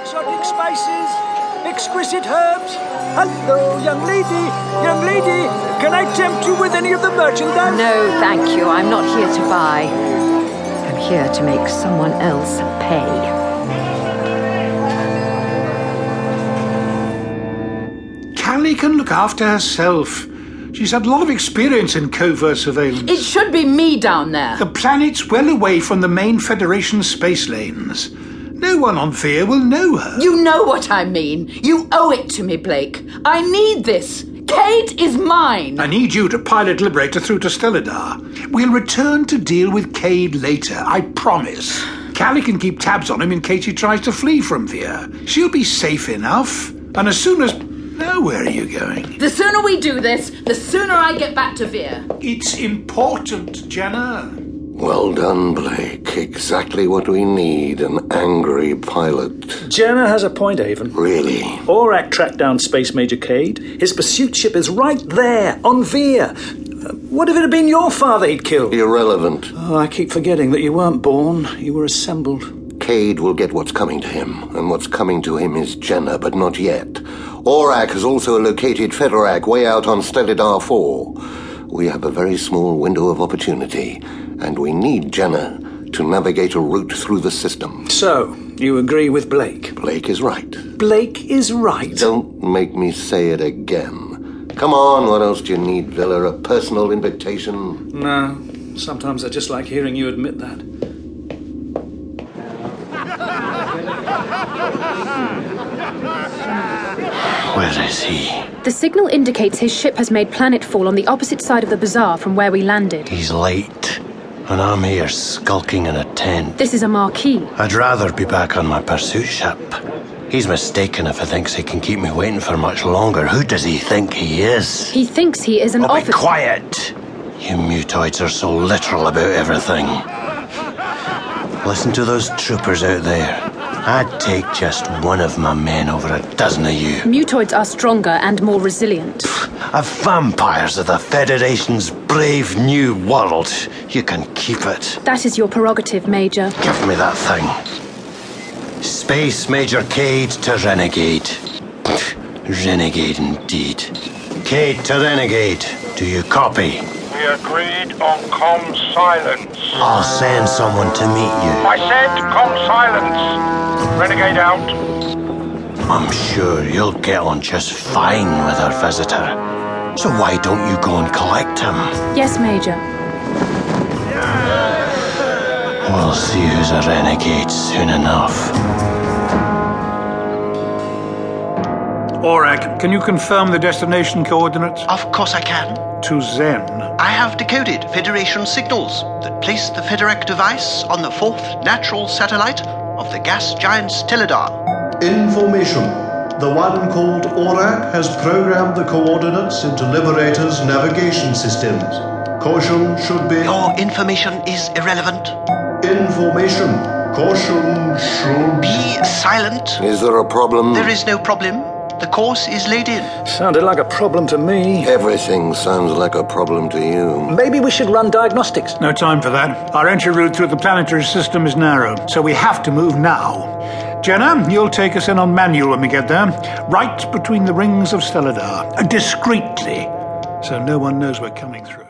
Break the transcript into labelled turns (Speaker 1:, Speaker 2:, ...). Speaker 1: exotic spices, exquisite herbs. Hello, young lady, young lady, can I tempt you with any of the merchandise?
Speaker 2: No, thank you. I'm not here to buy. I'm here to make someone else pay.
Speaker 3: Callie can look after herself. She's had a lot of experience in covert surveillance.
Speaker 4: It should be me down there.
Speaker 3: The planet's well away from the main Federation space lanes. No one on Fear will know her.
Speaker 4: You know what I mean. You owe it to me, Blake. I need this. Kate is mine.
Speaker 3: I need you to pilot Liberator through to Stelladar. We'll return to deal with Cade later, I promise. Callie can keep tabs on him in case he tries to flee from Fear. She'll be safe enough. And as soon as. Now, where are you going?
Speaker 4: The sooner we do this, the sooner I get back to Veer.
Speaker 3: It's important, Jenna.
Speaker 5: Well done, Blake. Exactly what we need an angry pilot.
Speaker 6: Jenna has a point, Avon.
Speaker 5: Really?
Speaker 6: Aurak tracked down Space Major Cade. His pursuit ship is right there, on Veer. Uh, What if it had been your father he'd killed?
Speaker 5: Irrelevant.
Speaker 6: Oh, I keep forgetting that you weren't born. You were assembled.
Speaker 5: Cade will get what's coming to him, and what's coming to him is Jenna, but not yet. Aurak has also located Fedorak way out on Stellidar 4. We have a very small window of opportunity, and we need Jenna to navigate a route through the system.
Speaker 6: So, you agree with Blake?
Speaker 5: Blake is right.
Speaker 6: Blake is right.
Speaker 5: Don't make me say it again. Come on, what else do you need, Villa? A personal invitation?
Speaker 6: No, sometimes I just like hearing you admit that.
Speaker 5: Where is he?
Speaker 7: The signal indicates his ship has made planetfall on the opposite side of the bazaar from where we landed.
Speaker 8: He's late, and I'm here skulking in a tent.
Speaker 7: This is a marquee.
Speaker 8: I'd rather be back on my pursuit ship. He's mistaken if he thinks he can keep me waiting for much longer. Who does he think he is?
Speaker 7: He thinks he is an
Speaker 8: Oh, be
Speaker 7: officer.
Speaker 8: quiet! You mutoids are so literal about everything. Listen to those troopers out there. I'd take just one of my men over a dozen of you.
Speaker 7: Mutoids are stronger and more resilient.
Speaker 8: A vampires of the Federation's brave new world. You can keep it.
Speaker 7: That is your prerogative, Major.
Speaker 8: Give me that thing. Space Major Cade to Renegade. Renegade indeed. Cade to Renegade. Do you copy?
Speaker 9: We agreed on calm silence.
Speaker 8: I'll send someone to meet
Speaker 9: I said calm silence. Renegade out.
Speaker 8: you. I'm sure you'll get on just fine with our visitor. So why don't you go and collect him?
Speaker 7: Yes, Major.
Speaker 8: We'll see who's a renegade soon enough.
Speaker 3: Aurak, can you confirm the destination coordinates?
Speaker 10: Of course I can.
Speaker 3: To Zen.
Speaker 10: I have decoded Federation signals that place the Federac device on the fourth natural satellite of the gas giant Stelladar.
Speaker 11: Information. The one called Aurak has programmed the coordinates into Liberator's navigation systems. Caution should be.
Speaker 10: Your information is irrelevant.
Speaker 11: Information. Caution should
Speaker 10: Be silent.
Speaker 5: Is there a problem?
Speaker 10: There is no problem. The course is laid in.
Speaker 6: Sounded like a problem to me.
Speaker 5: Everything sounds like a problem to you.
Speaker 6: Maybe we should run diagnostics.
Speaker 3: No time for that. Our entry route through the planetary system is narrow, so we have to move now. Jenna, you'll take us in on manual when we get there, right between the rings of Stelladar, discreetly, so no one knows we're coming through.